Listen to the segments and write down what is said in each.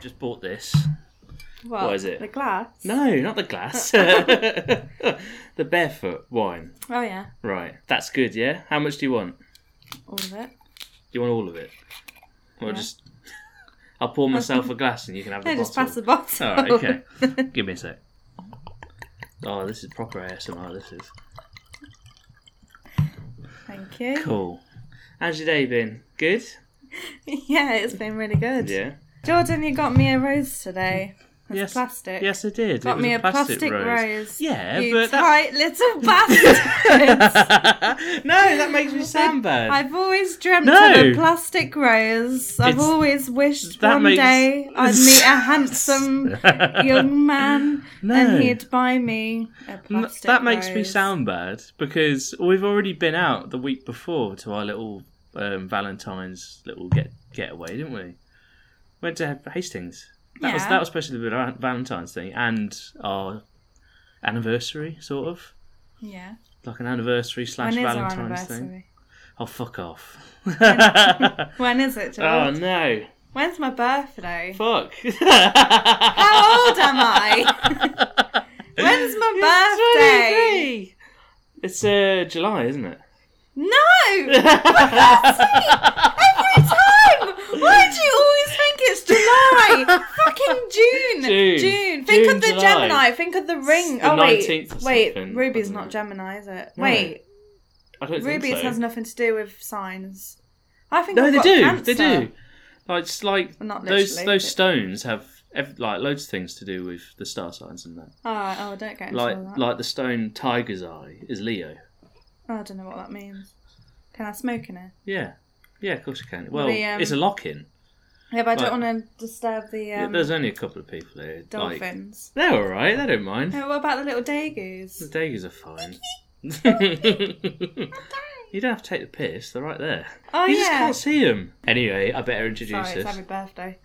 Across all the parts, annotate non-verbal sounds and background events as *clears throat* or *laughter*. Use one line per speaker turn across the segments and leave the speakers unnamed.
just bought this.
What,
What is it?
The glass?
No, not the *laughs* glass. the barefoot wine.
Oh, yeah.
Right. That's good, yeah? How much do you want?
All of it.
You want all of it? Or
Yeah.
just. I'll pour myself a glass and you can have the
No,
bottle.
just pass the bottle.
Alright, okay. Give me a sec. Oh, this is proper ASMR, this is.
*laughs* Thank you.
Cool. How's your day been? Good?
Yeah, it's been really good.
Yeah.
Jordan, you got me a rose today. It's
Yes.
plastic.
Yes, I did.
Got
it was
me
a plastic,
plastic
rose.
rose. *laughs*
Yeah,
you
but that.
tight little bastard.
*laughs* no, that makes me sound bad.
I've always dreamt of
No.
a plastic rose. I've
It's-
always wished
that
one
makes-
day
*laughs*
I'd meet a handsome young man
no.
and he'd buy me a
N-
plastic
that makes me
rose.
sound bad because we've already been out the week before to our little um, Valentine's little get getaway, didn't we? Went to Hastings. That was
Yeah.
that was especially the Val- Valentine's thing and our anniversary, sort of
Yeah.
like an anniversary slash
when is our
Valentine's
anniversary?
thing. Oh fuck off! *laughs*
When is it,
oh
Jordan?
no!
When's my birthday?
Fuck! *laughs*
How old am I? When's my birthday?
It's uh, July, isn't
*laughs*
it?
No!
*laughs*
Every time! Why do you always think it's
*laughs*
July? Fucking June!
June.
Think
June,
of the
July.
Gemini. Think of the ring.
It's the
oh, wait.
19th or
Wait,
something,
Ruby's
wasn't
not
it?
Gemini, is it?
No,
wait,
I don't think
Ruby's
so.
has nothing to do with signs. I think
no,
I've
they
got
do.
Cancer.
They do. Like, it's like
Well, not
those
literally,
those
but-
stones have ev- like loads of things to do with the star signs and that.
Oh, right, oh, don't get into
Like
all that.
like the stone tiger's eye is Leo.
Oh, I don't know what that means. Can I smoke in here?
Yeah, yeah, of course you can. Well,
The, um,
it's a lock in.
Yeah, but I
Like-
don't want to disturb the um,
There's only a couple of people here. Like,
dolphins.
they're all right. They don't
*laughs*
mind.
Oh, what about the little day goose?
The daggers are
*laughs*
fine. you don't have to take the piss, they're right there.
Oh,
you just
yeah.
can't see them. Anyway, I better introduce
Sorry, it's
us.
happy birthday.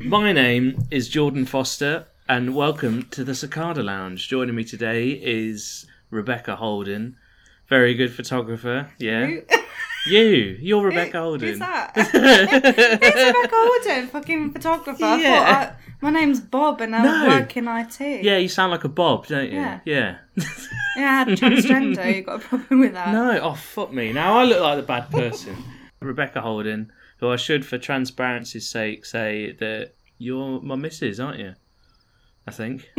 My name is Jordan Foster, and welcome to the Cicada Lounge. Joining me today is Rebecca Holden, very good photographer. Yeah.
Who-
You, you're
*laughs*
Rebecca Holden.
Who's that? Who's Rebecca Holden? Fucking photographer. I
Yeah.
thought I, my name's Bob and I
No.
work in
*laughs*
IT.
Yeah, you sound like a Bob, don't you?
Yeah.
yeah.
Yeah, I'm
*laughs*
transgender. you got a problem with that?
No, oh fuck me. Now I look like the bad person. *laughs* Rebecca Holden, who I should, for transparency's sake, say that you're my missus, aren't you? I
*laughs*
think,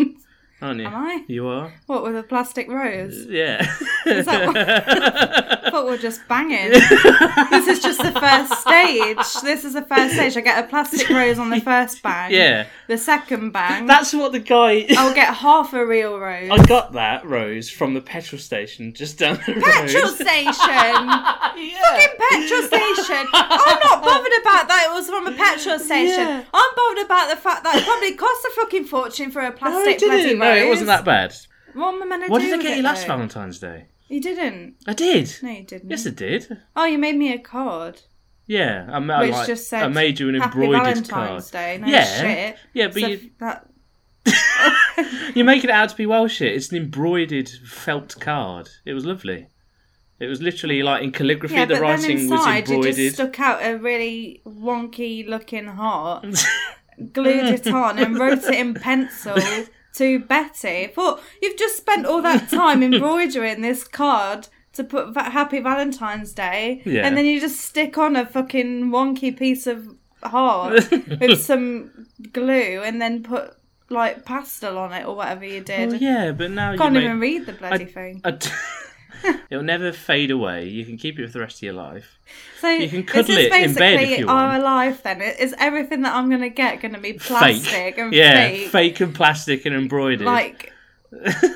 aren't you?
Am I?
You are.
What, with a plastic
*laughs*
rose?
Yeah.
*laughs* I thought we we're
*laughs*
just banging. this is just the first stage. This is the first stage. I get a plastic rose on the first bang.
yeah.
The second bang.
That's what the
*laughs*
guy.
I'll get half a real rose.
*laughs* I got that rose from the petrol station just down the road. *laughs*
Petrol uh, station!
yeah. *laughs*
fucking petrol station. I'm not bothered about that. It was from a petrol station.
Yeah.
I'm bothered about the fact that it probably cost a fucking fortune for
No,
a
it
plastic bloody
didn't. No, it
rose.
wasn't that bad.
What am I meant to
What
do
did I
with
get
it,
you last
though?
Valentine's Day?
You didn't.
I did.
No, you didn't.
Yes, I did.
oh, you made me a card.
Yeah, I, ma-
Which
like,
just said,
Oh, I made you an
Happy
embroidered
Valentine's
card.
Day. No
yeah,
shit.
yeah, but
So
you,
that
you're making it out to be well shit. It's an embroidered felt card. It was lovely. It was literally like in calligraphy.
yeah,
the
but then
writing was
inside you
embroidered.
just stuck out a really wonky
*laughs*
looking heart, glued it on, and wrote it
*laughs*
in pencil to Betty. Thought you've just spent all that time embroidering this card to put va- Happy Valentine's Day,
Yeah.
and then you just stick on a fucking wonky piece of
*laughs*
heart with some glue, and then put like pastel on it or whatever you did.
Well, yeah, but now you
Can't
make-
even read the bloody
I-
thing.
I t- *laughs* It'll never fade away. You can keep it for the rest of your life.
So
You can cuddle it
this is
in bed if
basically
you
Our
want.
life then It- is everything that I'm gonna get gonna be plastic
fake,
and
yeah,
fake,
and plastic and embroidered. *laughs*
like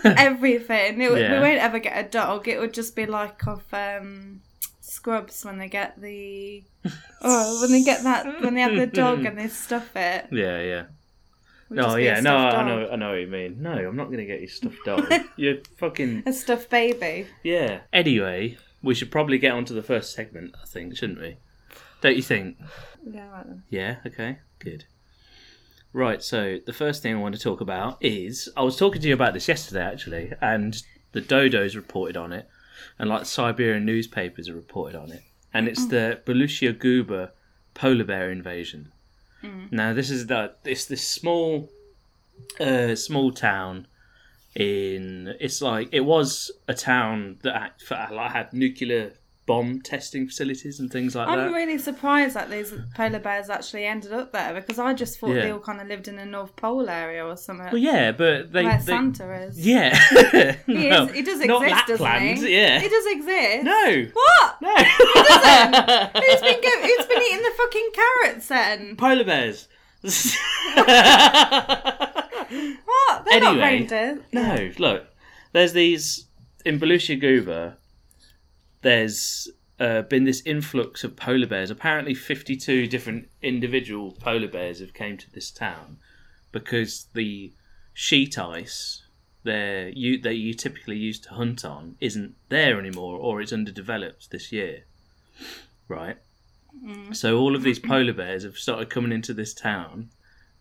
everything. It,
Yeah.
We won't ever get a dog. It would just be like of um, Scrubs when they get
*laughs*
the oh when they get that when they have the dog and they stuff it.
yeah, yeah.
It would
No,
just be a
Oh, yeah, no,
stuffed
I
dog.
know, I know what you mean. No, I'm not gonna get you stuffed
*laughs*
dog. You're fucking
A stuffed baby.
Yeah. Anyway, we should probably get on to the first segment, I think, shouldn't we? Don't you think?
Yeah, right then.
Yeah, okay, good. Right, so the first thing I want to talk about is I was talking to you about this yesterday, actually, and the dodos reported on it, and like Siberian
Mm.
newspapers are reported on it, and it's the Baluchia Guba polar bear invasion.
Mm.
Now this is the it's this small uh small town in it's like it was a town that had, for- like, had nuclear bomb testing facilities and things like that.
I'm really surprised that these polar bears actually ended up there because I just thought
Yeah.
they all kind of lived in the North Pole area or something.
well, yeah, but they,
where
they
Santa is.
yeah,
He,
No,
is, he does exist,
not
doesn't
Lapland,
he?
Yeah,
He does exist. *laughs*
no,
What?
no,
Who's been go- who's been eating the fucking carrots then?
*laughs* polar bears.
*laughs* What? They're not
Anyway.
reindeer.
No, look. There's these in Belushi Goober. There's uh, been this influx of polar bears. Apparently, 52 different individual polar bears have came to this town because the sheet ice there you that you typically used to hunt on isn't there anymore, or it's underdeveloped this year, right? So all of these polar bears have started coming into this town.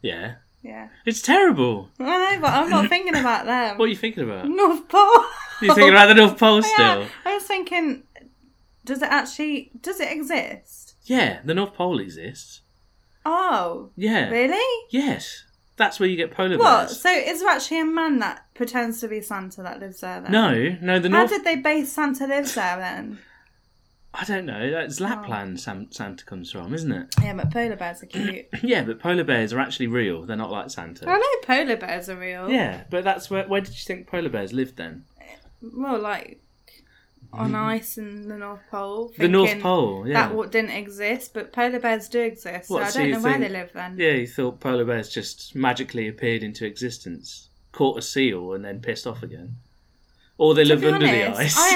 Yeah,
Yeah.
it's terrible.
I know, but I'm not thinking about them.
What
*laughs*
are you thinking about?
North Pole.
*laughs* You thinking about the North Pole still?
Yeah, I was thinking, does it actually does it exist?
Yeah, the North Pole exists.
Oh,
Yeah.
really?
Yes. That's where you get polar
What?
bears.
So is there actually a man that pretends to be Santa that lives there then?
No, no, the
How
North.
did they base Santa lives there then?
I don't know.
Oh.
That's Lapland Sam- Santa comes from, isn't it? *laughs*
Yeah, but polar bears
*coughs*
are cute.
Yeah, but polar bears are actually real. They're not like Santa.
I know polar bears are real.
Yeah, but that's where. Where did you think polar bears lived then?
Well, like on ice in the North Pole.
The North
thinking
Pole. Yeah.
That what didn't exist, but polar bears do exist.
What,
so I
so
don't
you
know where
think-
they live then.
yeah, you thought polar bears just magically appeared into existence, caught a seal, and then pissed off again, or they
To
lived
be
under the ice.
honest, I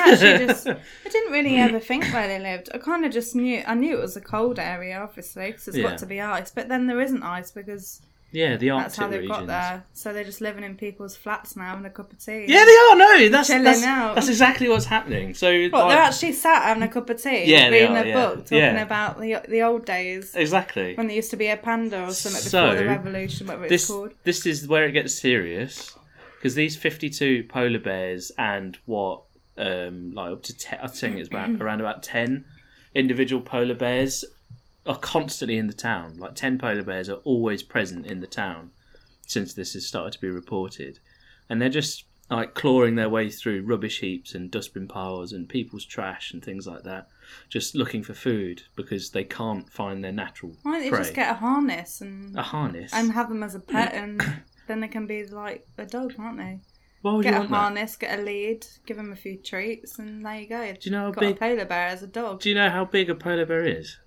*laughs*
actually just I didn't really ever think where they lived. I kind of just knew I knew it was a cold area, obviously, because it's
Yeah.
got to be ice. But then there isn't ice because
yeah, the Arctic
that's how they've
regions.
got there. So they're just living in people's flats now having a cup of tea.
Yeah, they are. No, that's
Chilling
that's,
out.
that's exactly what's happening. So
What,
like-
they're actually sat having a cup of tea,
Yeah, they
reading
are,
a
yeah.
book, talking
Yeah.
about the the old days
exactly
when there used to be a panda or something
So,
before the revolution, whatever it's
this
called.
this is where it gets serious because these fifty two polar bears and what um like up to ten, I think it's
*clears throat*
about around about ten individual polar bears are constantly in the town. Like ten polar bears are always present in the town since this has started to be reported, and they're just like clawing their way through rubbish heaps and dustbin piles and people's trash and things like that, just looking for food because they can't find their natural
Why don't they
prey. Ah,
just get a harness and
a harness.
and have them as
*coughs*
a pet and then they can be like a dog, can't they?
Why would you
get a
want that?
harness, get a lead, give him a few treats, and there you go. Do
you know how
got
big-
a polar bear as a dog?
Do you know how big a polar bear is?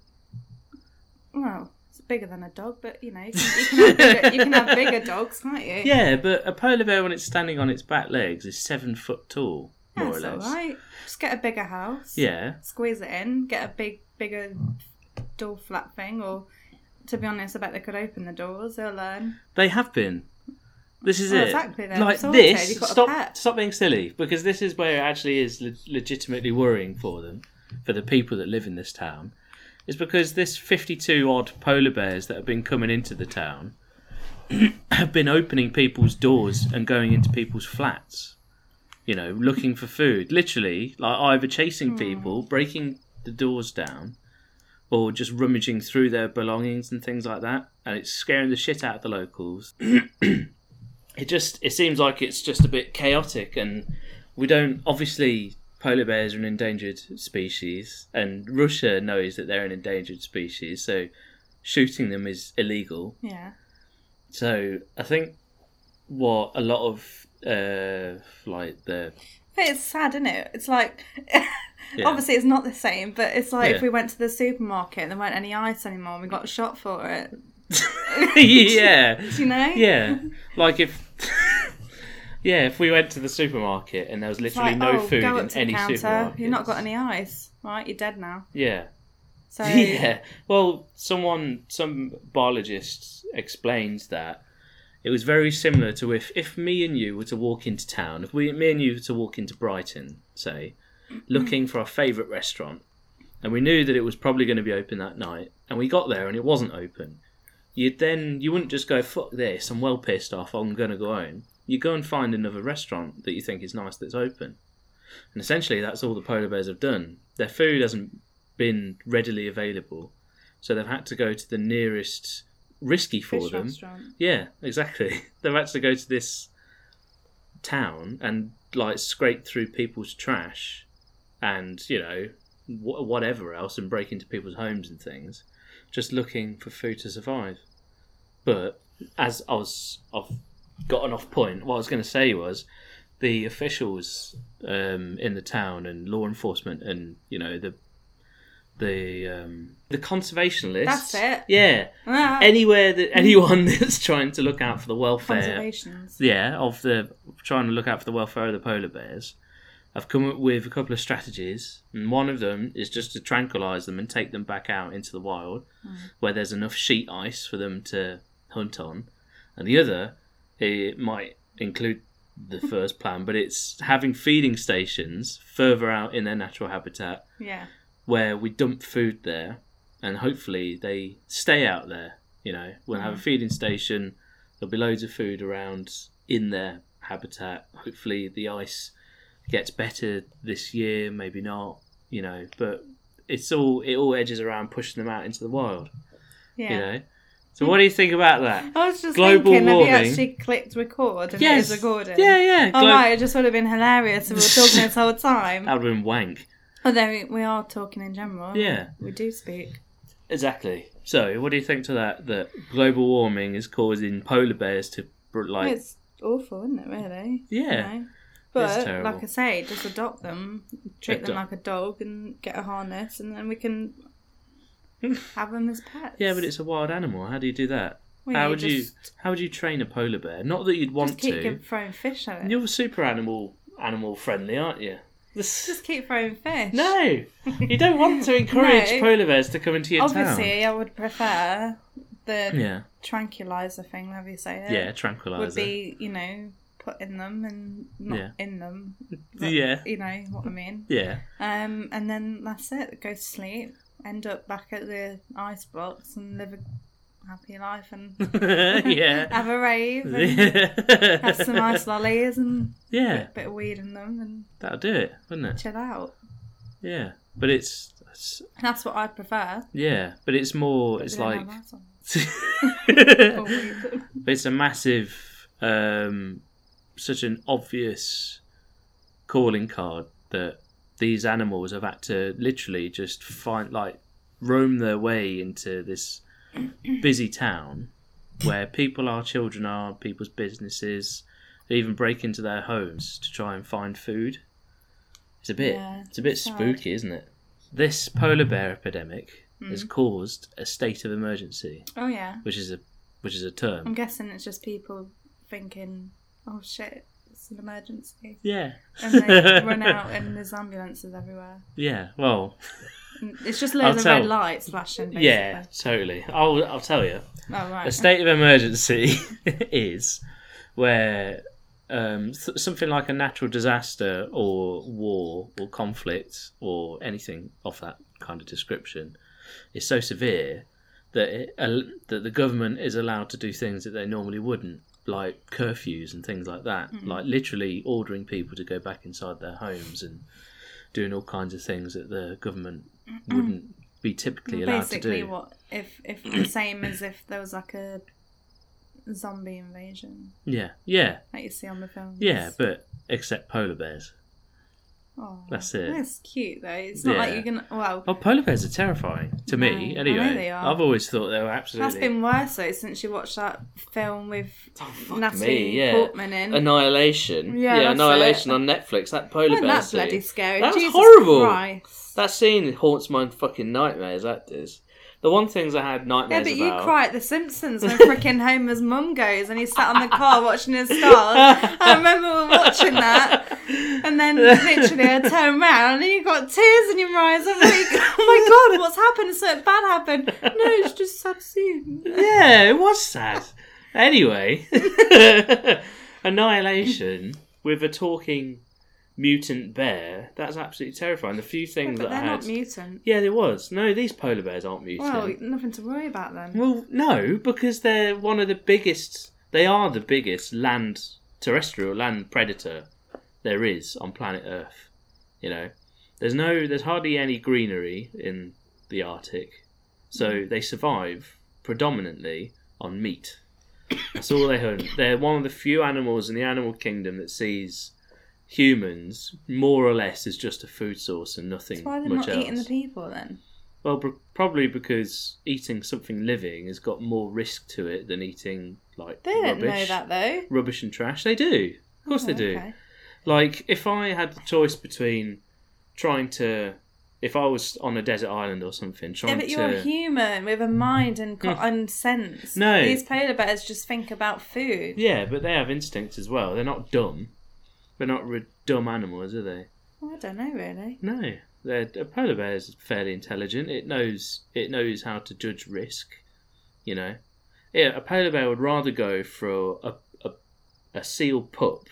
Well, it's bigger than a dog, but you know you can, you can, have, bigger, you can have
*laughs*
bigger dogs, can't you?
Yeah, but a polar bear when it's standing on its back legs is seven foot tall, more
that's
or less.
all right. Just get a bigger house.
Yeah.
Squeeze it in. Get a big, bigger door flap thing, or to be honest, I bet they could open the doors. They'll learn.
They have been. This is
Well,
it.
Oh, exactly, they're
Like
sorted,
this.
you've got a
Stop.
pet.
Stop being silly, because this is where it actually is le- legitimately worrying for them, for the people that live in this town, is because this fifty-two odd polar bears that have been coming into the town *clears throat* have been opening people's doors and going into people's flats. You know, looking for food. Literally, like either
Hmm.
chasing people, breaking the doors down, or just rummaging through their belongings and things like that, and it's scaring the shit out of the locals. *clears throat* it just it seems like it's just a bit chaotic, and we don't obviously polar bears are an endangered species, and Russia knows that they're an endangered species, so shooting them is illegal.
Yeah.
So I think what a lot of uh, like the *laughs*
But it's sad, isn't it? It's like, *laughs* obviously, it's not the same, but it's like
Yeah.
if we went to the supermarket and there weren't any ice anymore and we got shot for it,
yeah
do you know? *laughs*
yeah like if *laughs* yeah if we went to the supermarket and there was
It's
literally
like,
no
oh,
food
go
in
up to
any
the counter.
supermarket
You've not got any ice, right? You're dead now.
yeah
So,
*laughs* yeah well someone some biologist explains that it was very similar to if if me and you were to walk into town if we me and you were to walk into brighton say
Mm.
looking for our favorite restaurant and we knew that it was probably going to be open that night and we got there and it wasn't open you'd then you wouldn't just go fuck this i'm well pissed off i'm going to go home you go and find another restaurant that you think is nice that's open and essentially that's all the polar bears have done their food hasn't been readily available so they've had to go to the nearest risky for them.
restaurant.
Yeah, exactly. *laughs* They've had to go to this town and like scrape through people's trash and you know wh- whatever else and break into people's homes and things, just looking for food to survive. But as I was, I've gotten off point. What I was going to say was the officials um, in the town and law enforcement and you know the the um, the conservationists.
That's it.
Yeah
Ah,
anywhere that anyone *laughs* that's trying to look out for the welfare
conservations.
yeah of the trying to look out for the welfare of the polar bears i've come up with a couple of strategies and one of them is just to tranquilize them and take them back out into the wild where there's enough sheet ice for them to hunt on and the other it might include the first plan but it's having feeding stations further out in their natural habitat
Yeah.
where we dump food there and hopefully they stay out there. You know, we'll
Mm.
have a feeding station, there'll be loads of food around in their habitat. Hopefully the ice gets better this year, maybe not, you know, but it's all it all edges around pushing them out into the wild,
Yeah.
you know. So what do you think about
*laughs*
that?
I was just
Global
thinking, have
warming.
you actually clicked record and it was recording?
Yeah, yeah.
All
glo-
right, it just would have been hilarious if
*laughs*
we were talking this whole time.
That would have been wank.
Although we- we are talking in general.
Yeah.
We do speak.
Exactly. So, what do you think to that? That global warming is causing polar bears to like
it's awful, isn't it, really?
Yeah.
You know? But,
terrible.
like I say, just adopt them, treat them
Adopt.
like a dog, and get a harness, and then we can
*laughs*
have them as pets.
Yeah, but it's a wild animal. How do you do that?
Well,
how
you
would you
just-
how would you train a polar bear? Not that you'd
Just
want
keep
to.
giving throwing fish at it.
You're super animal animal friendly, aren't you?
Just keep throwing fish.
No, you don't want to encourage
*laughs* No.
polar bears to come into your
Obviously, I would prefer the
town. Yeah,
tranquilizer thing, however you say it.
yeah,
uh, Would
tranquilizer.
be, you know, put in them and not
Yeah.
in them.
Yeah.
You know what I mean? *laughs*
Yeah, *laughs*
Um, and then that's it. Go to sleep, end up back at the ice blocks and live a happy life and
*laughs*
*laughs*
yeah.
have a
*laughs*
rave and have some
yeah,
ice lollies and
yeah,
a bit of weed in them and
that'll do it, wouldn't it?
chill out.
Yeah, but it's, it's
That's what I'd prefer.
yeah, but it's more.
We
It's
don't
like
have ice on.
*laughs*
Or
it's
weed.
a massive, um, such an obvious calling card that these animals have had to literally just find like roam their way into
*clears throat*
this busy town where people are, children are, people's businesses, they even break into their homes to try and find food. It's a bit,
Yeah,
it's a bit
sad.
spooky, isn't it? This polar bear epidemic
Hmm.
has caused a state of emergency
Oh yeah.
which is a which is a
I'm
term.
guessing it's just people thinking, "Oh shit, it's an emergency,"
Yeah.
and
*laughs*
they run out, and there's ambulances everywhere.
Yeah. Well.
And it's just
I'll
loads of
tell-
red lights flashing. Basically.
Yeah. Totally. I'll I'll tell you.
Oh right.
A state of emergency *laughs* is where um, th- something like a natural disaster or war or conflict or anything of that kind of description is so severe that it, al that the government is allowed to do things that they normally wouldn't, like curfews and things like that,
Mm-hmm.
like literally ordering people to go back inside their homes and doing all kinds of things that the government wouldn't be typically allowed to do.
Basically, what if if the *clears throat* same as if there was like a zombie invasion
Yeah, yeah.
that you see on the films.
Yeah, but except polar bears.
oh,
that's it.
That's cute though. It's not like
Yeah.
you're gonna. Well,
Oh, polar bears are terrifying to me.
Right. I
Anyway,
know they are.
have always thought they were absolutely
that's been worse though since you watched that film with
fuck
Natalie
me, yeah.
Portman in.
Annihilation.
Yeah, that's
Annihilation
it.
on Netflix. That polar
Wasn't
bear
that
scene.
bloody scary?
That was
Jesus
horrible.
Christ.
That scene haunts my fucking nightmares. That does. The one things I had
Yeah,
nightmares
but you
about.
cry at The Simpsons when freaking Homer's mum goes and he's sat on the car watching his
*laughs*
stars. I remember we were watching that, and then literally I turn around and you got tears in your eyes.
*laughs*
I'm like, oh my god, what's happened? Something bad happened. No, it's just sad scene.
Yeah, it was sad. anyway, *laughs* Annihilation with a talking mutant bear. That's absolutely terrifying. The few things
But
that I
they're
had.
not mutant.
yeah, there was. No, these polar bears aren't mutant.
Well, nothing to worry about then.
Well, no, because they're one of the biggest. They are the biggest land terrestrial land predator there is on planet Earth. You know, there's no, there's hardly any
Hmm.
greenery in the Arctic, so they survive predominantly on meat. That's all they hunt. They're one of the few animals in the animal kingdom that sees humans more or less as just a food source and nothing
Why are they
much
not eating the
else.
people then?
well, pr- probably because eating something living has got more risk to it than eating like
They don't
rubbish,
know that though.
rubbish and trash. They do, of course, they
Oh,
do.
okay.
Like, if I had the choice between trying to, if I was on a desert island or something,
Yeah,
trying
but
to, Hmm.
you're a human with a mind and, co- and sense.
No.
These polar bears just think about food.
yeah, but they have instincts as well. They're not dumb. They're not re- dumb animals, are they?
Well, I don't know really.
No, they're, a polar bear is fairly intelligent. It knows it knows how to judge risk. You know, yeah, a polar bear would rather go for a a, a seal pup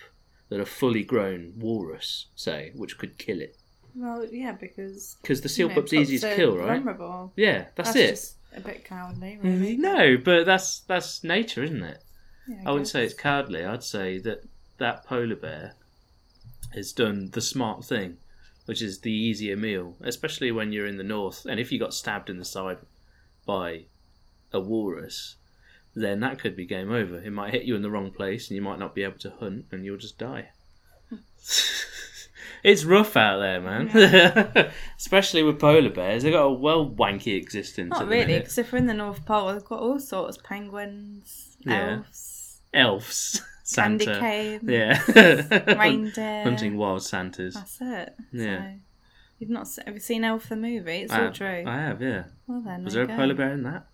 than a fully grown walrus, say, which could kill it.
Well, yeah, because
Because the
you
seal
know,
pup's easy to
pups are
kill, right?
Vulnerable.
Yeah, that's, it. Mm,
Just a bit cowardly, really.
No, but that's that's nature, isn't it?
Yeah,
I wouldn't
guess.
say it's cowardly. I'd say that that polar bear has done the smart thing, which is the easier meal, especially when you're in the north. And if you got stabbed in the side by a walrus, then that could be game over. It might hit you in the wrong place, and you might not be able to hunt, and you'll just die. *laughs* it's rough out there, man. *laughs* especially with polar bears. They've got a well wanky existence. at
Not
the
really, *laughs*
minute.
because if we're in the North Pole, we've got all sorts: penguins,
Yeah.
elves,
elves, *laughs* Santa,
candy cane,
yeah, *laughs*
reindeer.
hunting wild Santas.
That's it.
Yeah.
So, you've not se- have you seen Elf the movie? It's
I
all
have-
true.
I have, yeah.
well then,
Was
there
there
you
a
go.
polar bear in that?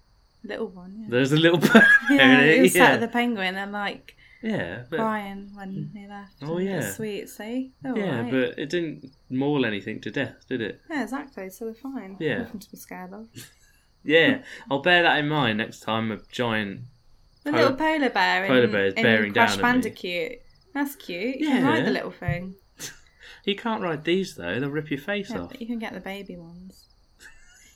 Little one. Yeah.
There's a little *laughs* polar
yeah,
bear
*laughs* it
in
was
it.
sat
Yeah,
with the penguin and like
yeah, but,
crying when he left.
Oh,
and it was
yeah.
sweet. See, they're
yeah,
alright.
but it didn't maul anything to death, did it?
yeah, exactly. So they're fine.
Yeah.
nothing to be scared of. *laughs*
Yeah, I'll bear that in mind next time a giant.
The
Pol-
little polar bear in,
polar bear is
in
bearing
Crash
down on me.
Bandicoot. That's cute. You can
Yeah.
ride the little thing.
You can't ride these though; they'll rip your face
Yeah,
off.
but you can get the baby ones.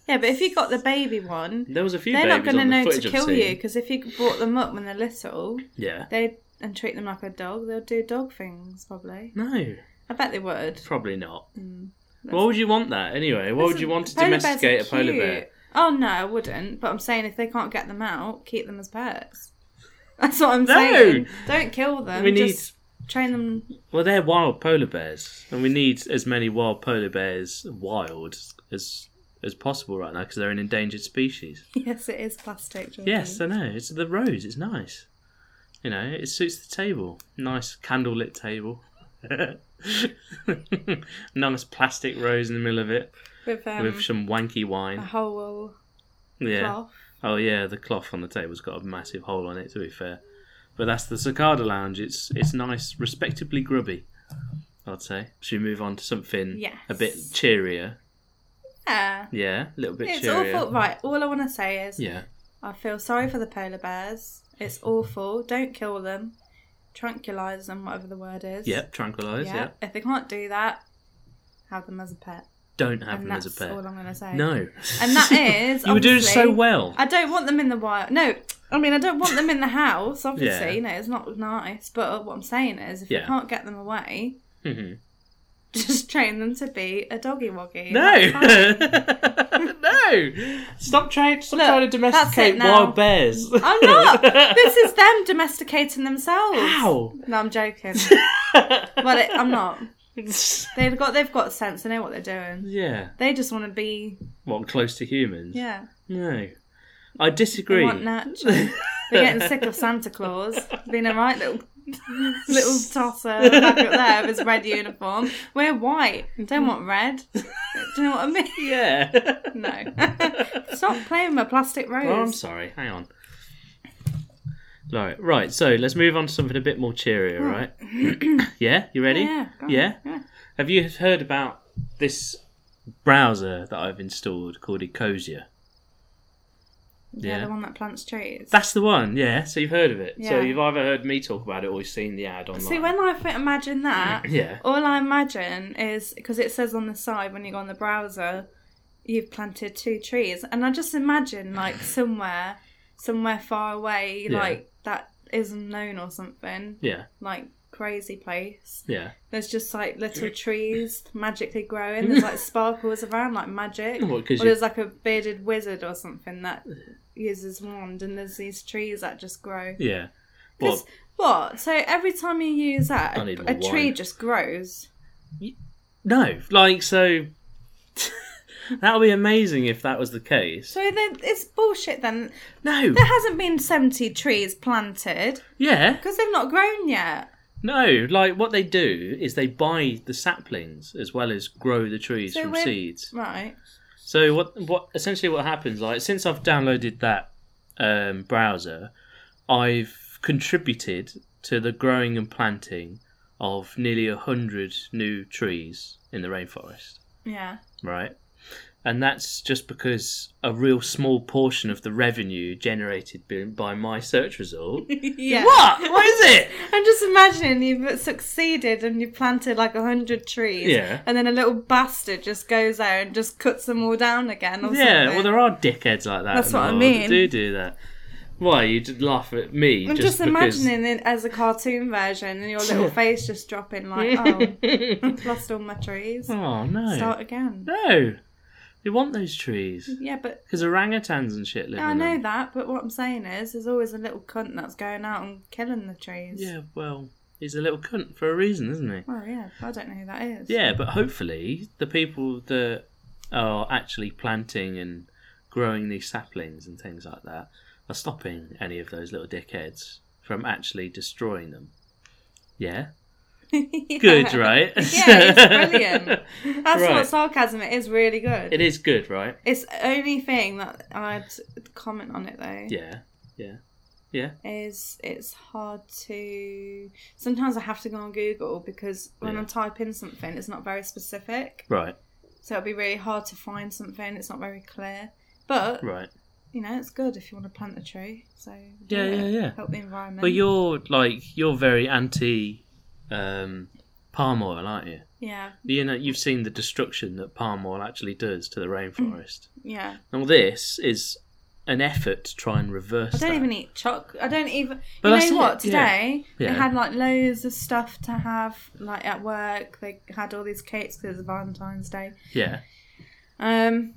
Yeah, but if you got the baby one,
*laughs* There was a few
they're not
babies
going to
on the
know
footage
to
I've
kill
seen.
you because if you brought them up when they're little,
Yeah,
they and treat them like a dog, they'll do dog things probably.
no,
I bet they would.
probably not.
Mm.
Why would you want that anyway? Why would
Listen,
you want to
polar bears are
domesticate a polar
cute.
bear?
Oh no, I wouldn't. But I'm saying if they can't get them out, keep them as pets. *laughs* That's what I'm
No!
saying. Don't kill them.
we need
just train them. *laughs*
Well, they're wild polar bears, and we need as many wild polar bears wild as as possible right now because they're an endangered species.
Yes, it is plastic. Jordan.
Yes, I know. It's the rose. It's nice. You know, it suits the table. Nice candlelit table. *laughs* nice plastic rose in the middle of it
with, um, uh,
with some wanky
a
wine.
whole wool
Yeah.
cloth.
Oh yeah, the cloth on the table's got a massive hole on it. To be fair, but that's the cicada lounge. It's it's nice, respectably grubby. I'd say. Should we move on to something
Yes.
a bit cheerier?
Yeah.
Yeah, a little bit
It's
cheerier.
awful. Right, all I want to say is
Yeah,
I feel sorry for the polar bears. It's awful. Don't kill them. Tranquilise them, whatever the word is.
yep. Tranquilise. Yeah.
Yeah. If they can't do that, have them as a pet.
Don't have
and
them
that's
as a pet.
all I'm going to
*laughs*
say.
No.
And that is.
you were doing
obviously-
so well.
I don't want them in the wild. No, I mean, I don't want them in the house, obviously. No, it's not nice. But what I'm saying is, if
Yeah.
you can't get them away, *laughs*
Mhm.
just train them to be a doggy woggy. That's fine.
*laughs* No. no. Stop trying. Stop
Look,
trying to
that's
domesticate
it now.
wild bears.
I'm
*laughs*
not. this is them domesticating themselves.
Ow.
No, I'm joking. well, it, I'm not. They've got they've got sense. They know what they're doing.
*laughs* yeah.
They just want to be
What close to humans?
yeah.
No, I disagree.
They
*laughs*
want nature. they're getting sick of Santa Claus being a
*laughs*
right little little tosser back up there with his red uniform. We're white. Don't want red. Do you know what I mean?
yeah.
*laughs* No. Stop playing with plastic rose.
Oh, I'm sorry. Hang on. Right, right. So let's move on to something a bit more cheerier, right?
*clears throat*
yeah, you ready?
Yeah, go on.
Yeah?
yeah.
Have you heard about this browser that I've installed called Ecosia?
Yeah,
Yeah.
the one that plants trees.
That's the one. Yeah. So you've heard of it. So
Yeah.
you've either heard me talk about it or you've seen the ad online.
See, when I think- imagine that,
yeah.
all I imagine is because it says on the side when you go on the browser, you've planted two trees, and I just
*sighs*
imagine like somewhere, somewhere far away,
Yeah.
like that is unknown or something,
Yeah.
like crazy place.
Yeah.
There's just like little trees
*laughs*
magically growing. There's like sparkles around, like magic.
What, 'cause
or
you-
there's like a bearded wizard or
*sighs*
something that uses wand, and there's these trees that just grow.
Yeah.
'Cause-
Well,
What? So every time you use that,
I need
a, a
more
tree
wine.
just grows.
no. Like, so. *laughs* that would be amazing if that was the case.
So then it's bullshit. Then *laughs*
No.
there hasn't been seventy trees planted
Yeah.
because they've not grown yet.
No. Like, what they do is they buy the saplings as well as grow the trees
So
from
when-
seeds.
Right.
So what what essentially what happens like since I've downloaded that um, browser, I've contributed to the growing and planting of nearly a hundred new trees in the rainforest,
Yeah.
right? And that's just because a real small portion of the revenue generated by- by my search result.
*laughs* yeah.
What? What is
*laughs*
it?
I'm just imagining you've succeeded and you planted like a hundred trees.
Yeah.
And then a little bastard just goes there and just cuts them all down again. Or
Yeah,
something.
well, there are dickheads like that.
That's
in the
what I
world
mean.
That do do that. Why you just laugh at me?
I'm
just
just,
because- *laughs*
imagining it as a cartoon version and your little face just dropping like, oh, I've lost all my trees.
Oh no!
Start again.
No, they want those
*laughs*
trees
Yeah, but
because orangutans and shit live
yeah, I
in
know
them.
that. But what I'm saying is, there's always a little cunt that's going out and killing the trees.
Yeah, well, he's a little cunt for a reason, isn't he?
Well, yeah, I don't know who that is.
Yeah, but hopefully the people that are actually planting and growing these saplings and things like that are stopping any of those little dickheads from actually destroying them.
*laughs*
Yeah,
*laughs* Yeah.
good, right?
Yeah, it's brilliant. That's
Right.
what sarcasm it is. Really
*laughs*
good.
It is good, right?
It's the only thing that I'd comment on it though
Yeah,
is it's hard to. Sometimes I have to go on Google because when
Yeah.
I type in something, it's not very specific,
right,
so it'll be really hard to find something. It's not very clear, but
right.
you know it's good if you want to plant a tree. So do
Yeah,
it.
yeah, yeah.
help the environment.
But you're like you're very anti um, palm oil, aren't you?
yeah,
You know, you've seen the destruction that palm oil actually does to the rainforest.
yeah.
Now, this is an effort to try and reverse.
I don't
that.
even eat chocolate. I don't even.
But
you
that's
know
it,
what?
yeah.
Today
Yeah.
they had like loads of stuff to have, like at work. They had all these cakes because it's Valentine's Day.
Yeah,
Um,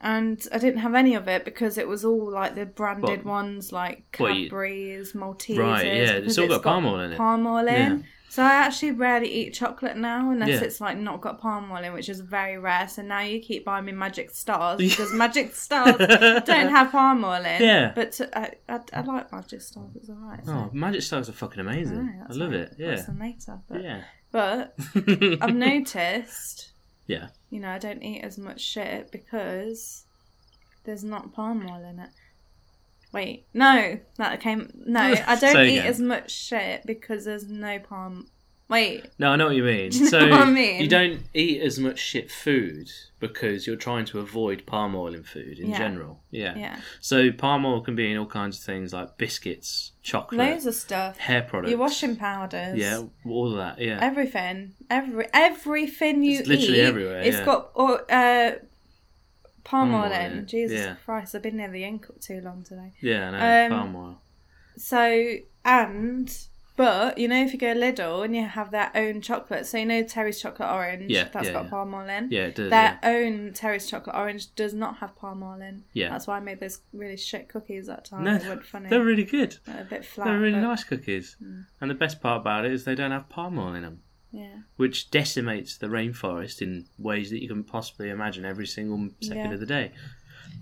and I didn't have any of it because it was all like the branded
Well-
ones, like
Well, you-
Cadbury's, Maltesers.
Right, yeah, it's
because
all got palm oil in it.
Palm oil
Yeah.
in. So I actually rarely eat chocolate now, unless
Yeah.
it's like not got palm oil in, which is very rare. So now you keep buying me
*laughs*
Magic Stars because Magic Stars don't have palm oil in.
Yeah.
but to, I, I, I like Magic Stars; it's alright. So.
Oh, magic stars are fucking amazing.
Alright,
I
that's
love
fine.
it.
That's
Yeah,
them later, but,
yeah. *laughs*
but *laughs* I've noticed.
Yeah.
You know, I don't eat as much shit because there's not palm oil in it. Wait, no, that came.
*laughs*
No, I don't
Say
eat
again.
as much shit because there's no palm. Wait,
No, I know what you mean.
Do you know
so
what I mean?
you don't eat as much shit food because you're trying to avoid palm oil in food in
Yeah.
general. Yeah.
yeah,
So palm oil can be in all kinds of things like biscuits, chocolate,
loads of stuff.
hair products.
Your washing powders.
Yeah, all of that. Yeah.
Everything, every everything you
It's literally
eat,
everywhere,
it's
yeah.
got or, uh, palm oil in.
it,
Jesus
yeah.
Christ, I've been near the end too long today.
Yeah, I know.
Um,
palm oil.
So and but you know if you go Lidl and you have their own chocolate, so you know Terry's chocolate orange,
Yeah,
that's
yeah,
got
yeah.
palm oil in.
Yeah, it does.
Their
Yeah.
own Terry's chocolate orange does not have palm oil in.
Yeah.
That's why I made those really shit cookies that time.
No,
they weren't funny.
They're really good.
They're a bit flat.
They're really
but- Hmm.
nice cookies. And the best part about it is they don't have palm oil in them,
Yeah.
which decimates the rainforest in ways that you can possibly imagine every single second
Yeah.
of the day.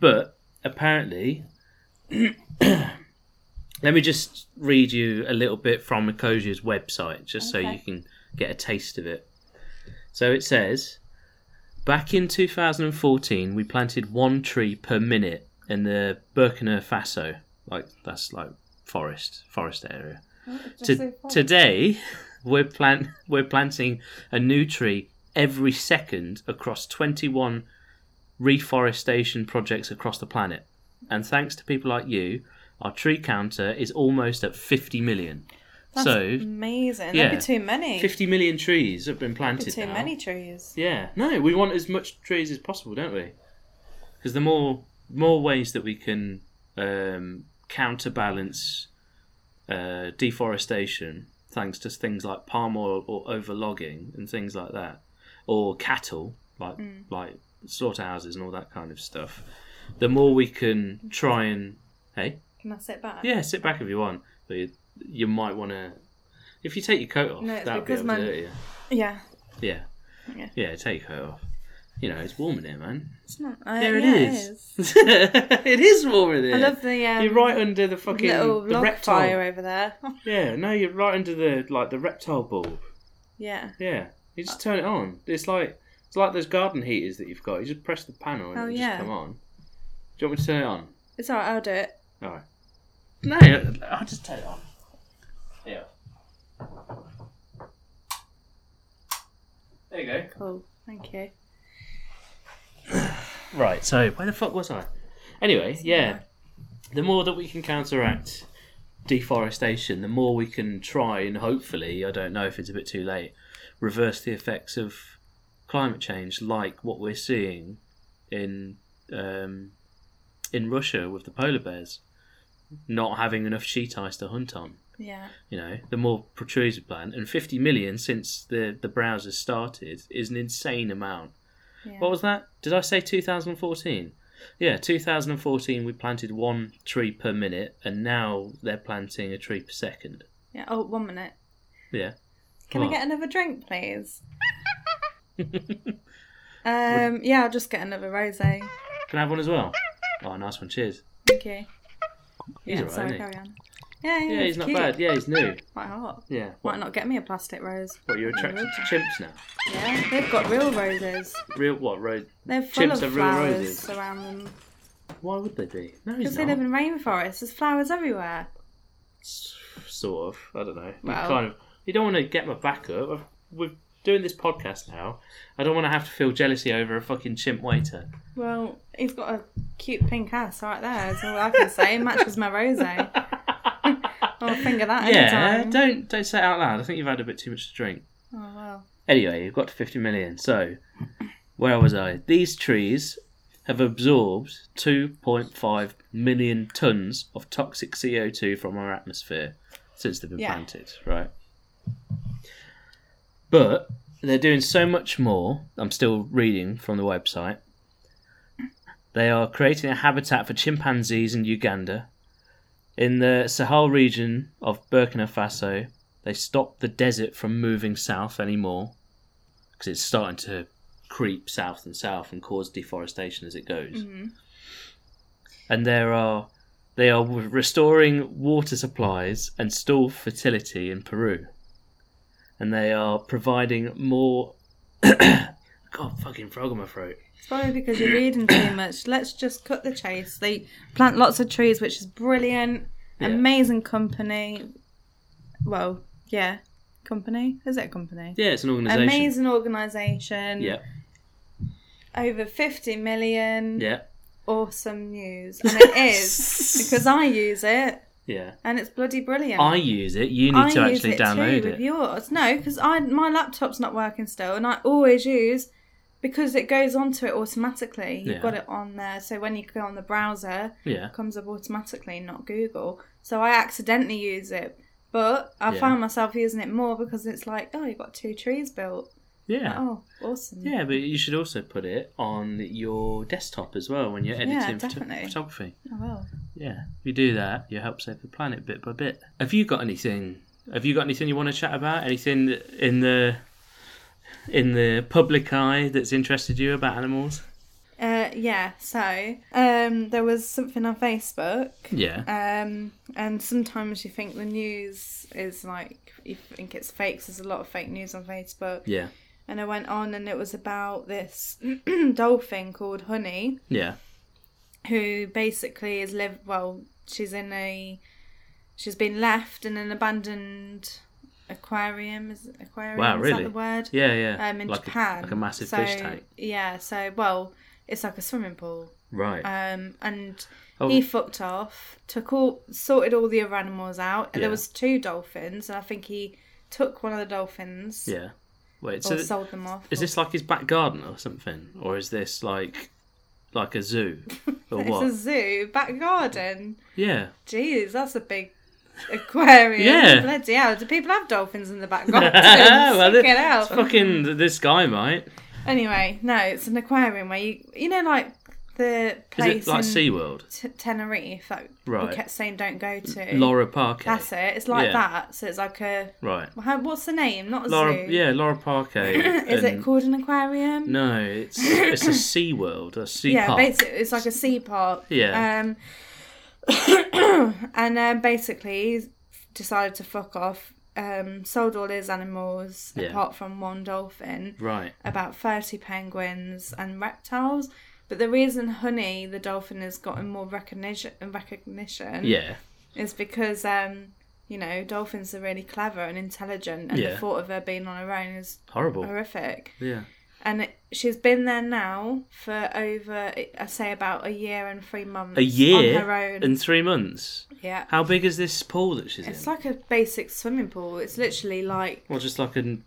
But apparently, *clears throat* let me just read you a little bit from Ecosia's website, just so
Okay.
you can get a taste of it. So it says, back in 2014, we planted one tree per minute in the Burkina Faso, like that's like forest forest area. To- today, we're plant we're planting a new tree every second across 21 reforestation projects across the planet, and thanks to people like you, our tree counter is almost at 50 million.
That's
so
amazing.
yeah.
That'd be too many.
50 million trees have been
That'd be
planted.
too
now.
many trees.
Yeah, no, we want as much trees as possible, don't we? Because the more more ways that we can um, counterbalance uh, deforestation, thanks to things like palm oil or overlogging and things like that, or cattle like
Hmm.
like slaughterhouses and all that kind of stuff, the more we can try and hey
Can I sit back?
yeah sit back if you want, but you, you might want to if you take your coat off
No, it's
that would be
because
able to
my-
hurt you.
Yeah.
Yeah.
Yeah.
Yeah, take her off. You know, it's warm in here, man.
It's not. Uh,
There
yeah,
it is. *laughs* it is warm in here.
I love the um,
you're right under the fucking
little
the
log
reptile.
fire over there. *laughs*
Yeah, no, you're right under the like the reptile bulb.
yeah.
Yeah, you just turn it on. It's like it's like those garden heaters that you've got. You just press the panel and
Oh,
it'll
yeah.
just come on. Do you want me to turn it on?
It's alright, I'll do it.
All right. No, I'll just turn it on. Yeah. There you go.
Cool. Thank you.
Right, so where the fuck was I? Anyway, yeah. The more that we can counteract deforestation, the more we can try and hopefully, I don't know if it's a bit too late, reverse the effects of climate change like what we're seeing in um, in Russia with the polar bears not having enough sheet ice to hunt on.
Yeah.
You know, the more protrusive plan and fifty million since the, the browsers started is an insane amount.
Yeah.
What was that? Did I say 2014? Yeah, 2014 we planted one tree per minute, and now they're planting a tree per second.
yeah. Oh, one minute.
Yeah.
Can
What?
I get another
*laughs*
drink, please? um. Yeah, I'll just get another rosé.
Can I have one as well? Oh, nice one. Cheers.
Thank you.
He's
yeah.
alright,
sorry.
isn't he?
Carry on. Yeah. Yeah.
Yeah, he's
it's
not
cute.
bad. Yeah, he's new.
Quite hot.
Yeah.
Might not get me a plastic rose.
What, you're attracted to chimps now?
Yeah, they've got real roses.
Real, what, road?
They're full
Chimps
of
have real
flowers
roses.
around them.
Why would they be? No, he's
Because they
not.
live in rainforests. There's flowers everywhere.
S- Sort of. I don't know. We
Well-
kind of. You don't want to get my back up. I've, we're doing this podcast now. I don't want to have to feel jealousy over a fucking chimp
*laughs*
waiter.
Well, he's got a cute pink ass right there. That's all I can say. Matches my rosé. I'll finger that
Yeah,
anytime.
don't don't say it out loud. I think you've had a bit too much to drink.
Oh well.
Anyway, you've got to 50 million. So, where was I? These trees have absorbed 2.5 million tons of toxic CO2 from our atmosphere since they've been
Yeah.
planted, right? But they're doing so much more. I'm still reading from the website. They are creating a habitat for chimpanzees in Uganda. In the Sahel region of Burkina Faso, they stopped the desert from moving south anymore because it's starting to creep south and south and cause deforestation as it goes.
Mm-hmm.
And there are they are restoring water supplies and stall fertility in Peru, and they are providing more. *coughs* God, fucking frog in my throat.
It's probably because you're reading too much. Let's just cut the chase. They plant lots of trees, which is brilliant.
Yeah.
Amazing company. Well, yeah. Company? Is it a company?
Yeah, it's an organisation.
Amazing organisation.
Yeah,
Over 50 million.
yeah,
Awesome news. And
*laughs*
it is because I use it
yeah.
and it's bloody brilliant.
I use it. You need
I
to actually
use it
download
too
it.
with yours. No, because I my laptop's not working still, and I always use because it goes onto it automatically. You've
Yeah.
got it on there, so when you go on the browser,
Yeah,
it comes up automatically, not Google. So I accidentally use it, but I
Yeah.
found myself using it more because it's like, oh, you've got two trees built.
yeah.
Oh, awesome.
Yeah, but you should also put it on your desktop as well when you're editing
Yeah,
photo-
definitely.
photography.
Oh, well.
Yeah, if you do that, you help save the planet bit by bit. Have you got anything? Have you got anything you want to chat about? Anything that- in the in the public eye that's interested you about animals?
Uh, yeah. So um, there was something on Facebook.
Yeah.
Um, and sometimes you think the news is like you think it's fake. 'cause there's a lot of fake news on Facebook.
yeah.
And I went on, and it was about this *clears throat* dolphin called Honey,
Yeah.
who basically is live. Well, she's in a, she's been left in an abandoned aquarium. Is it aquarium?
Wow,
Is
really?
that the word?
Yeah, yeah.
Um, in
like
Japan,
A, like a massive
so,
fish tank.
Yeah. So well, it's like a swimming pool.
Right.
Um, and
Oh.
he fucked off, took all, sorted all the other animals out. And
Yeah.
There was two dolphins, and I think he took one of the dolphins
yeah. Wait.
or
So th-
sold them off.
is this like his back garden or something, or is this like like
*laughs*
a zoo or
It's
what?
a zoo back garden.
Yeah.
Jeez, that's a big aquarium.
Yeah.
Bloody hell. Do people have dolphins in the
*laughs*
background?
Well,
Fucking
thi-
hell.
it's fucking this guy, might.
Anyway, no, it's an aquarium where you, you know, like the
Is
place
it like
in
SeaWorld?
T- Tenerife that
Right.
we kept saying don't go to.
Laura Parquet.
That's it. It's like
Yeah.
that. So it's like a.
Right.
how- What's the name? Not a
Laura,
zoo.
yeah, Laura Parquet.
*laughs* Is it
and-
called an aquarium?
No, it's it's a Sea World, a sea
yeah,
park.
basically, it's like a sea park.
Yeah.
Um, *coughs* and um, basically, he's decided to fuck off. Um, sold all his animals
Yeah.
apart from one dolphin,
Right.
about thirty penguins and reptiles. But the reason Honey, the dolphin, has gotten more recognition, recognition
Yeah.
is because um, you know dolphins are really clever and intelligent, and
Yeah. Oh.
the thought of her being on her own is
Horrible.
horrific
Yeah.
and it, she's been there now for over I say about a year and three months.
A year
on her own.
and three months.
yeah,
How big is this pool that she's
it's
in?
like a basic swimming pool. It's literally like
Well, just like an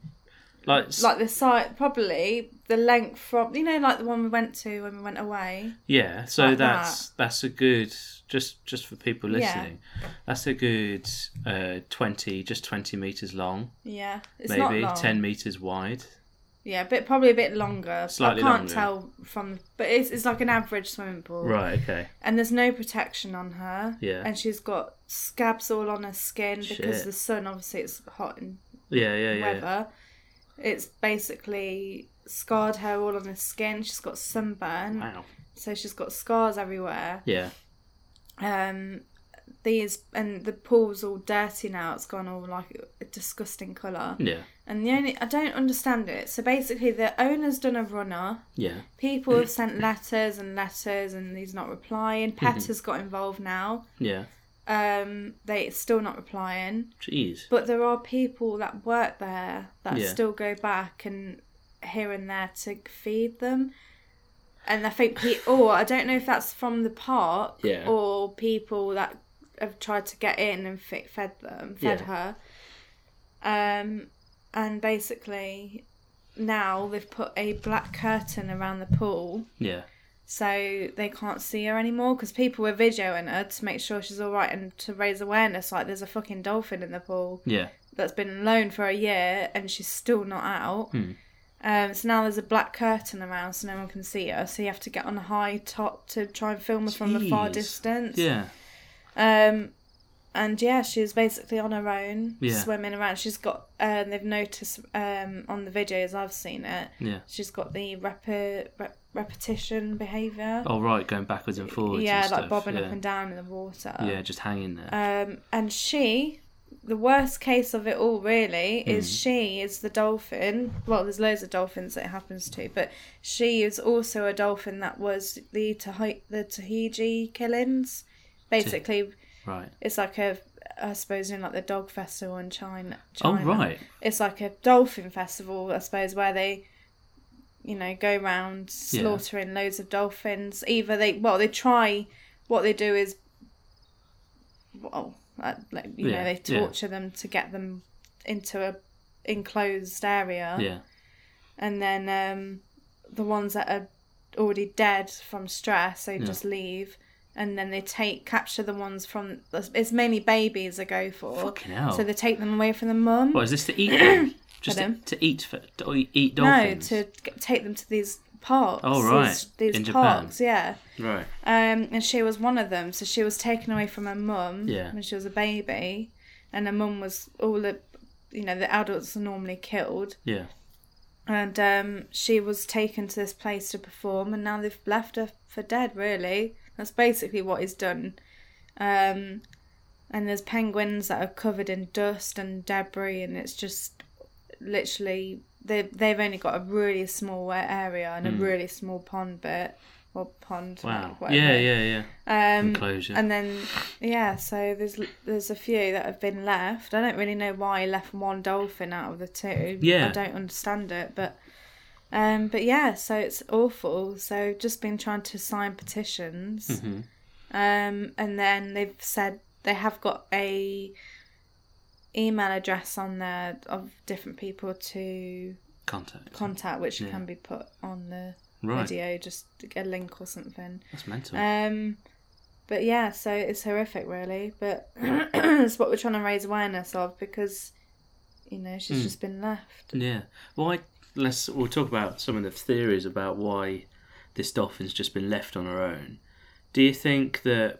like, s-
like the site probably the length from you know like the one we went to when we went away.
yeah. So
like that.
that's that's a good just just for people
Yeah.
listening. That's a good uh, twenty, just twenty meters long,
Yeah, it's not
maybe
long.
ten meters wide.
Yeah, but probably a bit longer.
Slightly
I can't
longer.
tell from, but it's it's like an average swimming pool.
Right. Okay.
and there's no protection on her.
Yeah.
And she's got scabs all on her skin because
Shit.
the sun obviously it's hot and
Yeah. Yeah. Yeah.
weather. It's basically scarred her all on her skin. She's got sunburn,
Wow.
so she's got scars everywhere.
Yeah.
Um, these and the pool's all dirty now. It's gone all like a disgusting colour.
Yeah.
And the only I don't understand it. So basically, the owner's done a runner.
Yeah.
People have sent letters and letters, and he's not replying. Pet has got involved now.
Yeah.
Um, they it's still not replying.
Jeez.
But there are people that work there that
Yeah.
still go back and here and there to feed them. And I think, pe- or I don't know if that's from the park
Yeah.
or people that have tried to get in and fe- fed them, fed her. Um, and basically, now they've put a black curtain around the pool
Yeah.
so they can't see her anymore because people were videoing her to make sure she's all right and to raise awareness like there's a fucking dolphin in the pool
Yeah.
that's been alone for a year and she's still not out.
Hmm.
Um, so now there's a black curtain around so no one can see her. So you have to get on a high top to try and film her from a far
Jeez.
distance.
Yeah.
Um, and yeah, she's basically on her own,
Yeah.
swimming around. She's got, uh, they've noticed um, on the videos I've seen it,
Yeah.
she's got the repi- rep- repetition behaviour.
Oh right, going backwards and forwards.
yeah,
Oh, and
like
stuff.
bobbing
yeah.
up and down in the water.
Yeah, just hanging there.
Um, and she, the worst case of it all, really, is
Hmm.
she is the dolphin. Well, there's loads of dolphins that it happens to, but she is also a dolphin that was the Tahi- the Tahiji killings. Basically,
right.
it's like a, I suppose, in like the dog festival in China.
Oh
China.
right.
It's like a dolphin festival, I suppose, where they. You know, go round
Yeah.
slaughtering loads of dolphins. Either they, well, they try. What they do is well, uh, like you
Yeah,
know, they
yeah.
torture them to get them into a enclosed area,
Yeah.
and then um, the ones that are already dead from stress, they just leave, and then they take capture the ones from. It's mainly babies they go for,
Fucking hell.
so they take them away from the mum.
What is this to
*coughs*
eat? them? just to,
Pardon?
to eat for, to eat- eat
no,
dolphins.
to g- take them to these parks.
Oh, right.
these, these
In Japan.
parks, yeah.
Right.
Um, and she was one of them. So she was taken away from her mum
Yeah.
when she was a baby, and her mum was all the, you know, the adults are normally killed,
Yeah.
and um, she was taken to this place to perform, and now they've left her for dead. Really, that's basically what is done. Um, and there's penguins that are covered in dust and debris, and it's just literally they they've only got a really small area and a really small pond bit or pond.
Hmm. Wow.
whatever
Yeah. Yeah. Yeah.
um,
Enclosure.
and then yeah so there's there's a few that have been left i don't really know why he left one dolphin out of the two
Yeah.
i don't understand it but um but yeah so it's awful so I've just been trying to sign petitions
Mm-hmm.
um and then they've said they have got a email address on there of different people to
Contact.
contact which
Yeah.
can be put on the
right.
video just a link or something
That's mental.
um, But yeah, so it's horrific, really. But *clears throat* it's what we're trying to raise awareness of because, you know, she's just been left.
Yeah. Why? Let's we'll talk about some of the theories about why this dolphin's just been left on her own. Do you think that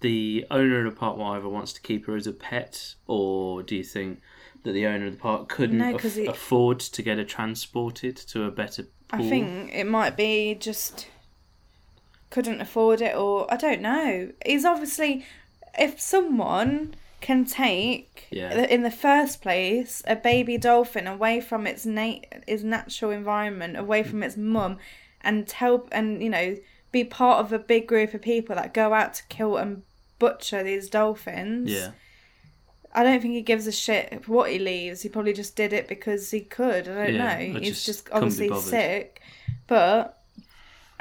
the owner of the park either wants to keep her as a pet, or do you think that the owner of the park couldn't
No,
aff-
'cause it-
afford to get her transported to a better pool?
I think it might be just couldn't afford it, or I don't know. He's obviously, if someone can take
Yeah.
in the first place a baby dolphin away from its nat- its natural environment, away from its mum, and tell and you know be part of a big group of people that go out to kill and butcher these dolphins.
Yeah.
I don't think he gives a shit what he leaves. He probably just did it because he could. I don't
Yeah,
know.
I
He's
just
just
couldn't be
obviously
bothered.
sick, but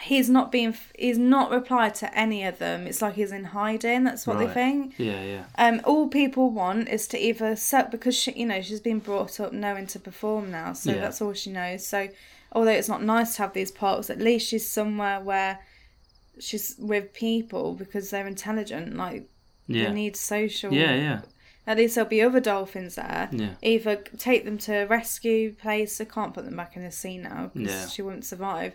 he's not being. He's not replied to any of them. It's like he's in hiding. That's what they
Right.
think.
Yeah, yeah.
Um, all people want is to either set because she, you know, she's been brought up knowing to perform now, so
Yeah.
that's all she knows. So, although it's not nice to have these parks, at least she's somewhere where she's with people because they're intelligent. Like
Yeah.
they need social.
yeah, yeah.
At least there'll be other dolphins there.
Yeah.
Either take them to a rescue place. I can't put them back in the sea now because
Yeah.
she wouldn't survive.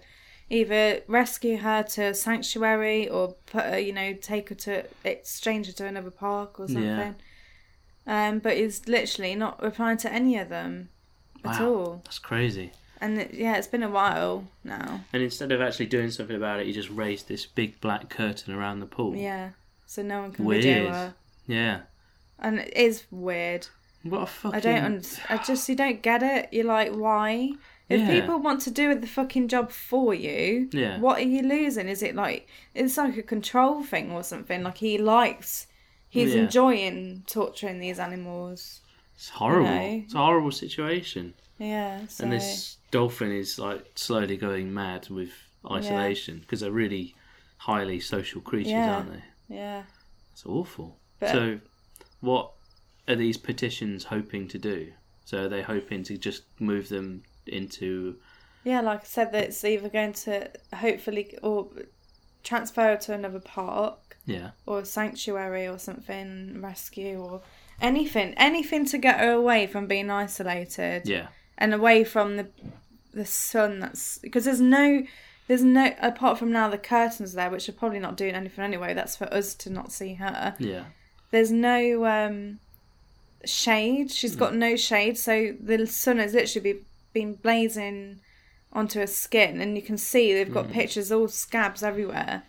Either rescue her to a sanctuary or put her, you know, take her to exchange her to another park or something.
Yeah.
Um, but he's literally not replying to any of them at
Wow.
all.
That's crazy.
And it, yeah, it's been a while now.
And instead of actually doing something about it, you just raised this big black curtain around the pool.
Yeah. So no one can video
Weird.
her,
Yeah.
and it is weird.
What a fucking.
I don't. Und- I just you don't get it. You're like, why? If
Yeah.
people want to do the fucking job for you,
Yeah.
what are you losing? Is it like it's like a control thing or something? Like he likes, he's
Yeah.
enjoying torturing these animals.
It's horrible.
know.
It's a horrible situation.
Yeah. So,
And this dolphin is like slowly going mad with isolation because they're really highly social creatures,
Yeah.
aren't they?
yeah.
It's awful.
But-
so, what are these petitions hoping to do? So, are they hoping to just move them into.
Yeah, like I said, that it's either going to hopefully or transfer to another park
Yeah.
or a sanctuary or something, rescue or anything, anything to get her away from being isolated.
Yeah.
and away from the the sun that's because there's no there's no apart from now the curtains there which are probably not doing anything anyway that's for us to not see her
Yeah.
there's no um shade
Hmm.
she's got no shade so the sun has literally be, been blazing onto her skin and you can see they've
Hmm.
got pictures all scabs everywhere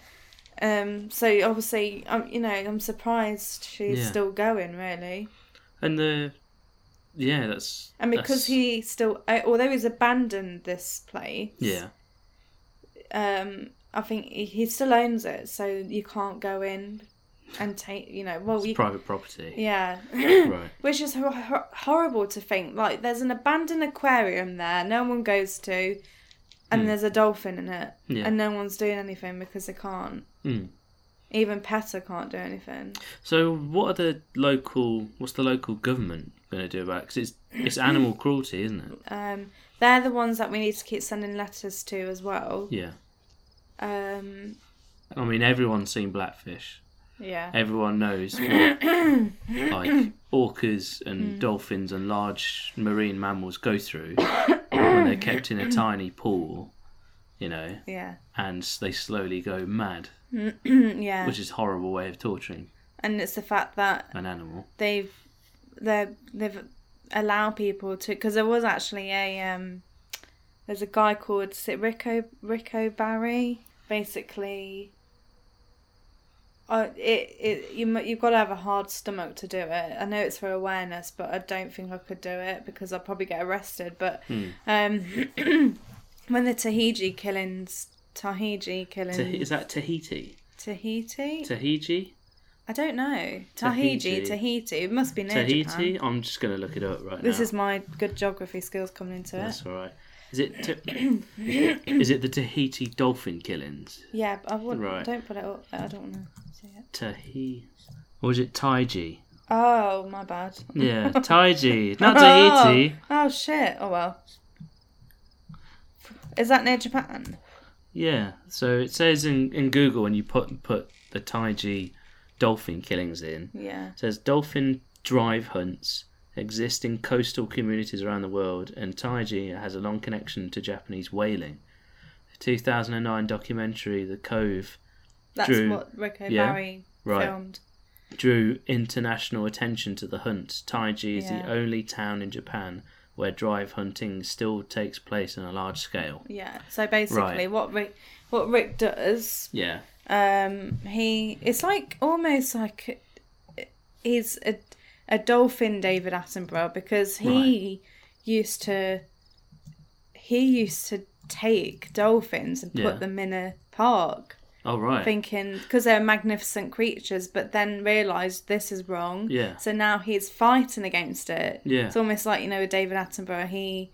um so obviously um, you know i'm surprised she's
Yeah.
still going really
And the. Yeah, that's.
and
that's-
because he still uh, although he's abandoned this place
Yeah.
um, I think he, he still owns it, so you can't go in and take, you know, well,
It's
you,
private property.
yeah, *laughs*
Right.
which is hor- hor- horrible to think. Like, there's an abandoned aquarium there, no one goes to, and there's a dolphin in it,
Hmm. Yeah.
and no one's doing anything because they can't.
Mm.
Even Petter can't do anything.
So, what are the local? What's the local government going to do about? Because it's it's animal cruelty, isn't it?
Um, they're the ones that we need to keep sending letters to as well.
Yeah.
Um,
I mean, everyone's seen Blackfish.
yeah.
Everyone knows what like orcas
Hmm.
and dolphins and large marine mammals go through when they're kept in a tiny pool, you know,
Yeah. Mm,
and they slowly go mad,
yeah.
which is a horrible way of torturing
And it's the fact that
an animal.
they've they they've allow people to because there was actually a um there's a guy called is it Rico Rico Barry basically uh, it, it you mu- you've got to have a hard stomach to do it. I know it's for awareness, but I don't think I could do it because I'll probably get arrested. But
Hmm.
um, *clears throat* when the Tahiji killings, Tahiji killings,
Ta- is that Tahiti?
Tahiti,
Tahiji?
I don't know. Tahiji,
Tahiji.
Tahiti. It must be near Japan.
Tahiti? I'm just going to look it up right now.
This is my good geography skills coming into it.
That's all right. Is it ta- is it the Tahiti dolphin killings?
Yeah, but I wouldn't.
Right.
Don't put it up there. I don't want to see it.
Tahiti, or is it Taiji?
Oh, my bad.
Yeah, Taiji,
*laughs*
not Tahiti.
Oh, oh shit. Oh well. Is that near Japan?
Yeah. So it says in, in Google when you put put the Taiji dolphin killings in,
Yeah.
it says dolphin drive hunts exist in coastal communities around the world, and Taiji has a long connection to Japanese whaling. The 2009 documentary The Cove
That's
Drew-
what Rico
yeah,
Barry
right.
filmed.
drew international attention to the hunt. Taiji is
Yeah.
the only town in Japan where drive hunting still takes place on a large scale.
Yeah. So basically, what Rick what Rick does,
Yeah.
um, he it's like almost like he's a a dolphin David Attenborough because he used to he used to take dolphins and
Yeah.
put them in a park
Oh right.
thinking because they're magnificent creatures, but then realised this is wrong.
Yeah.
So now he's fighting against it.
Yeah.
It's almost like you know with David Attenborough, he,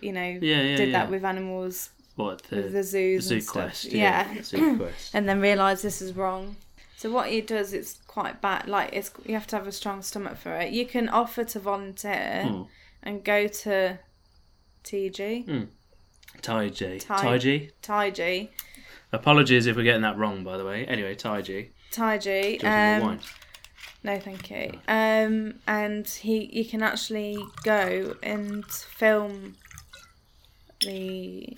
you know,
Yeah, yeah,
did
yeah.
that with animals,
what the,
with the zoos,
zoo
and stuff.
quest?
Yeah. *clears throat*
zoo quest.
and then realised this is wrong. So what he does, it's quite bad. Like it's you have to have a strong stomach for it. You can offer to volunteer
Hmm.
and go to TG
Taiji.
Tai-
Taiji.
Taiji
Apologies if we're getting that wrong, by the way. Anyway, Taiji.
Taiji.
Drinking
Um,
wine.
No, thank you. Um, and he, you can actually go and film the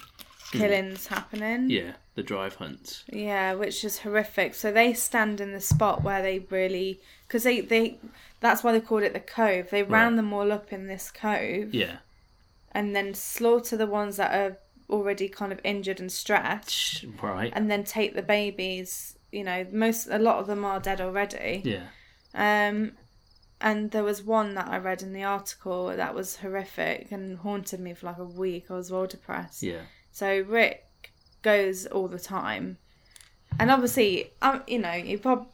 Hmm.
killings happening.
Yeah, the drive hunts.
Yeah, which is horrific. So they stand in the spot where they really, because they, they, that's why they called it the cove. They round
Right.
them all up in this cove
Yeah.
and then slaughter the ones that are already kind of injured and stretched,
Sh- Right.
and then take the babies. You know, most a lot of them are dead already.
Yeah.
Um, and there was one that I read in the article that was horrific and haunted me for like a week. I was well depressed.
Yeah.
So Rick goes all the time, and obviously, um, you know, he prob-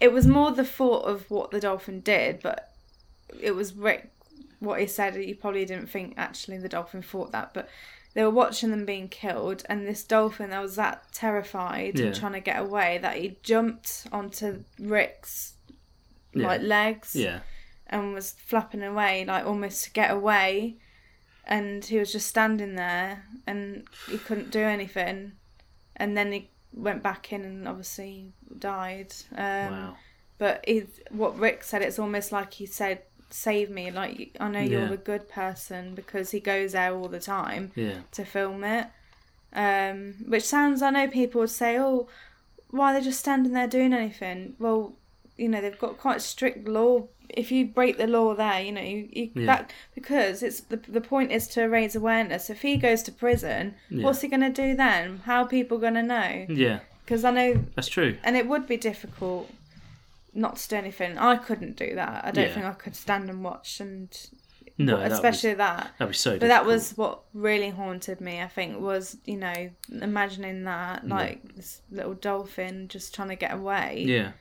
it was more the thought of what the dolphin did, but it was Rick what he said. You probably didn't think actually the dolphin thought that, but they were watching them being killed, and this dolphin that was that terrified
Yeah.
and trying to get away that he jumped onto Rick's
Yeah.
like legs
Yeah.
and was flapping away, like almost to get away. And he was just standing there and he couldn't do anything. And then he went back in and obviously died. Um,
wow.
But he, what Rick said, it's almost like he said, Save me. Like, I know
Yeah.
you're a good person because he goes there all the time
Yeah.
to film it. Um, which sounds, I know people would say, oh, why are they just standing there doing anything? Well, you know, they've got quite strict law. If you break the law there, you know, you, you
Yeah.
that because it's the, the point is to raise awareness. If he goes to prison,
Yeah.
what's he going to do then? How are people going to know?
Yeah.
Because I know,
That's true.
and it would be difficult not to do anything. I couldn't do that. I don't
Yeah.
think I could stand and watch, and
No,
especially that.
that'd be, that'd be so.
But that was what really haunted me, I think, was, you know, imagining
Mm.
that, like this little dolphin just trying to get away
Yeah.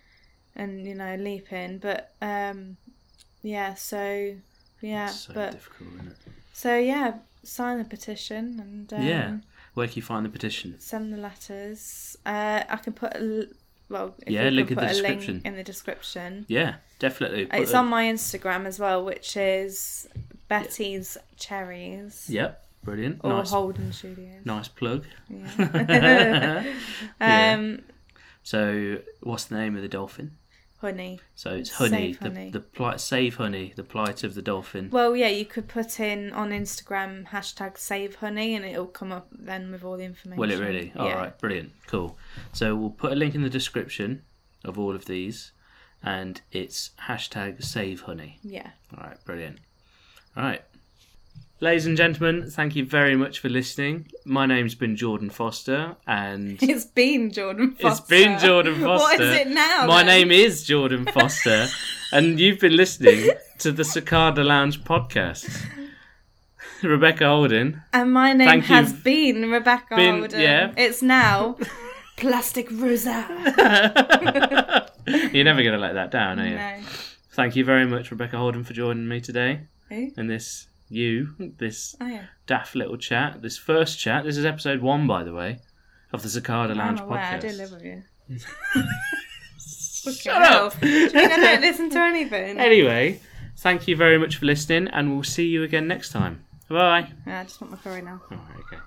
and, you know, leaping. But, um, yeah, so, yeah,
so
but,
difficult, isn't it?
so yeah, sign the petition and, um,
yeah. Where can you find the petition?
send the letters. Uh, I can put a, l- well, if
Yeah,
you can
link in the
put a
description.
link in the description.
Yeah, definitely. Put
It's
a-
on my Instagram as well, which is Betty's Cherries
Yep. Brilliant.
or
Nice.
Holden Studios.
Nice plug. *laughs*
Yeah. *laughs* um,
so, what's the name of the dolphin?
honey.
So it's honey.
Save
the,
Honey.
The plight. Save honey. The plight of the dolphin.
Well, yeah, you could put in on Instagram hashtag save honey, and it'll come up then with all the information.
Will it really? All right,
yeah.
brilliant, cool. So we'll put a link in the description of all of these, and it's hashtag Save Honey.
Yeah. *laughs*
All right, brilliant. All right, ladies and gentlemen, thank you very much for listening. My name's been Jordan Foster,
*laughs*
and
It's been Jordan Foster.
it's been Jordan Foster.
*laughs* What is it now?
My
then?
name is Jordan
*laughs*
Foster, and you've been listening to the Cicada Lounge podcast. *laughs* Rebecca Holden. *laughs*
And my name
Thank you.
has been Rebecca
Been-
Holden.
yeah. *laughs*
It's now Plastic Rosa.
You're never going to let that down, are you?
No.
Thank you very much, Rebecca Holden, for joining me today
Who?
in this you, this
Oh, yeah.
daft little chat, this first chat. This is episode one, by the way, of the Cicada
I'm
Lounge
aware. I
podcast.
do live with
*laughs*
you.
*laughs* Shut
*laughs*
up!
I don't listen
*laughs*
to anything.
anyway, thank you very much for listening, and we'll see you again next time. Bye.
Yeah, I just want my curry now.
All right, okay.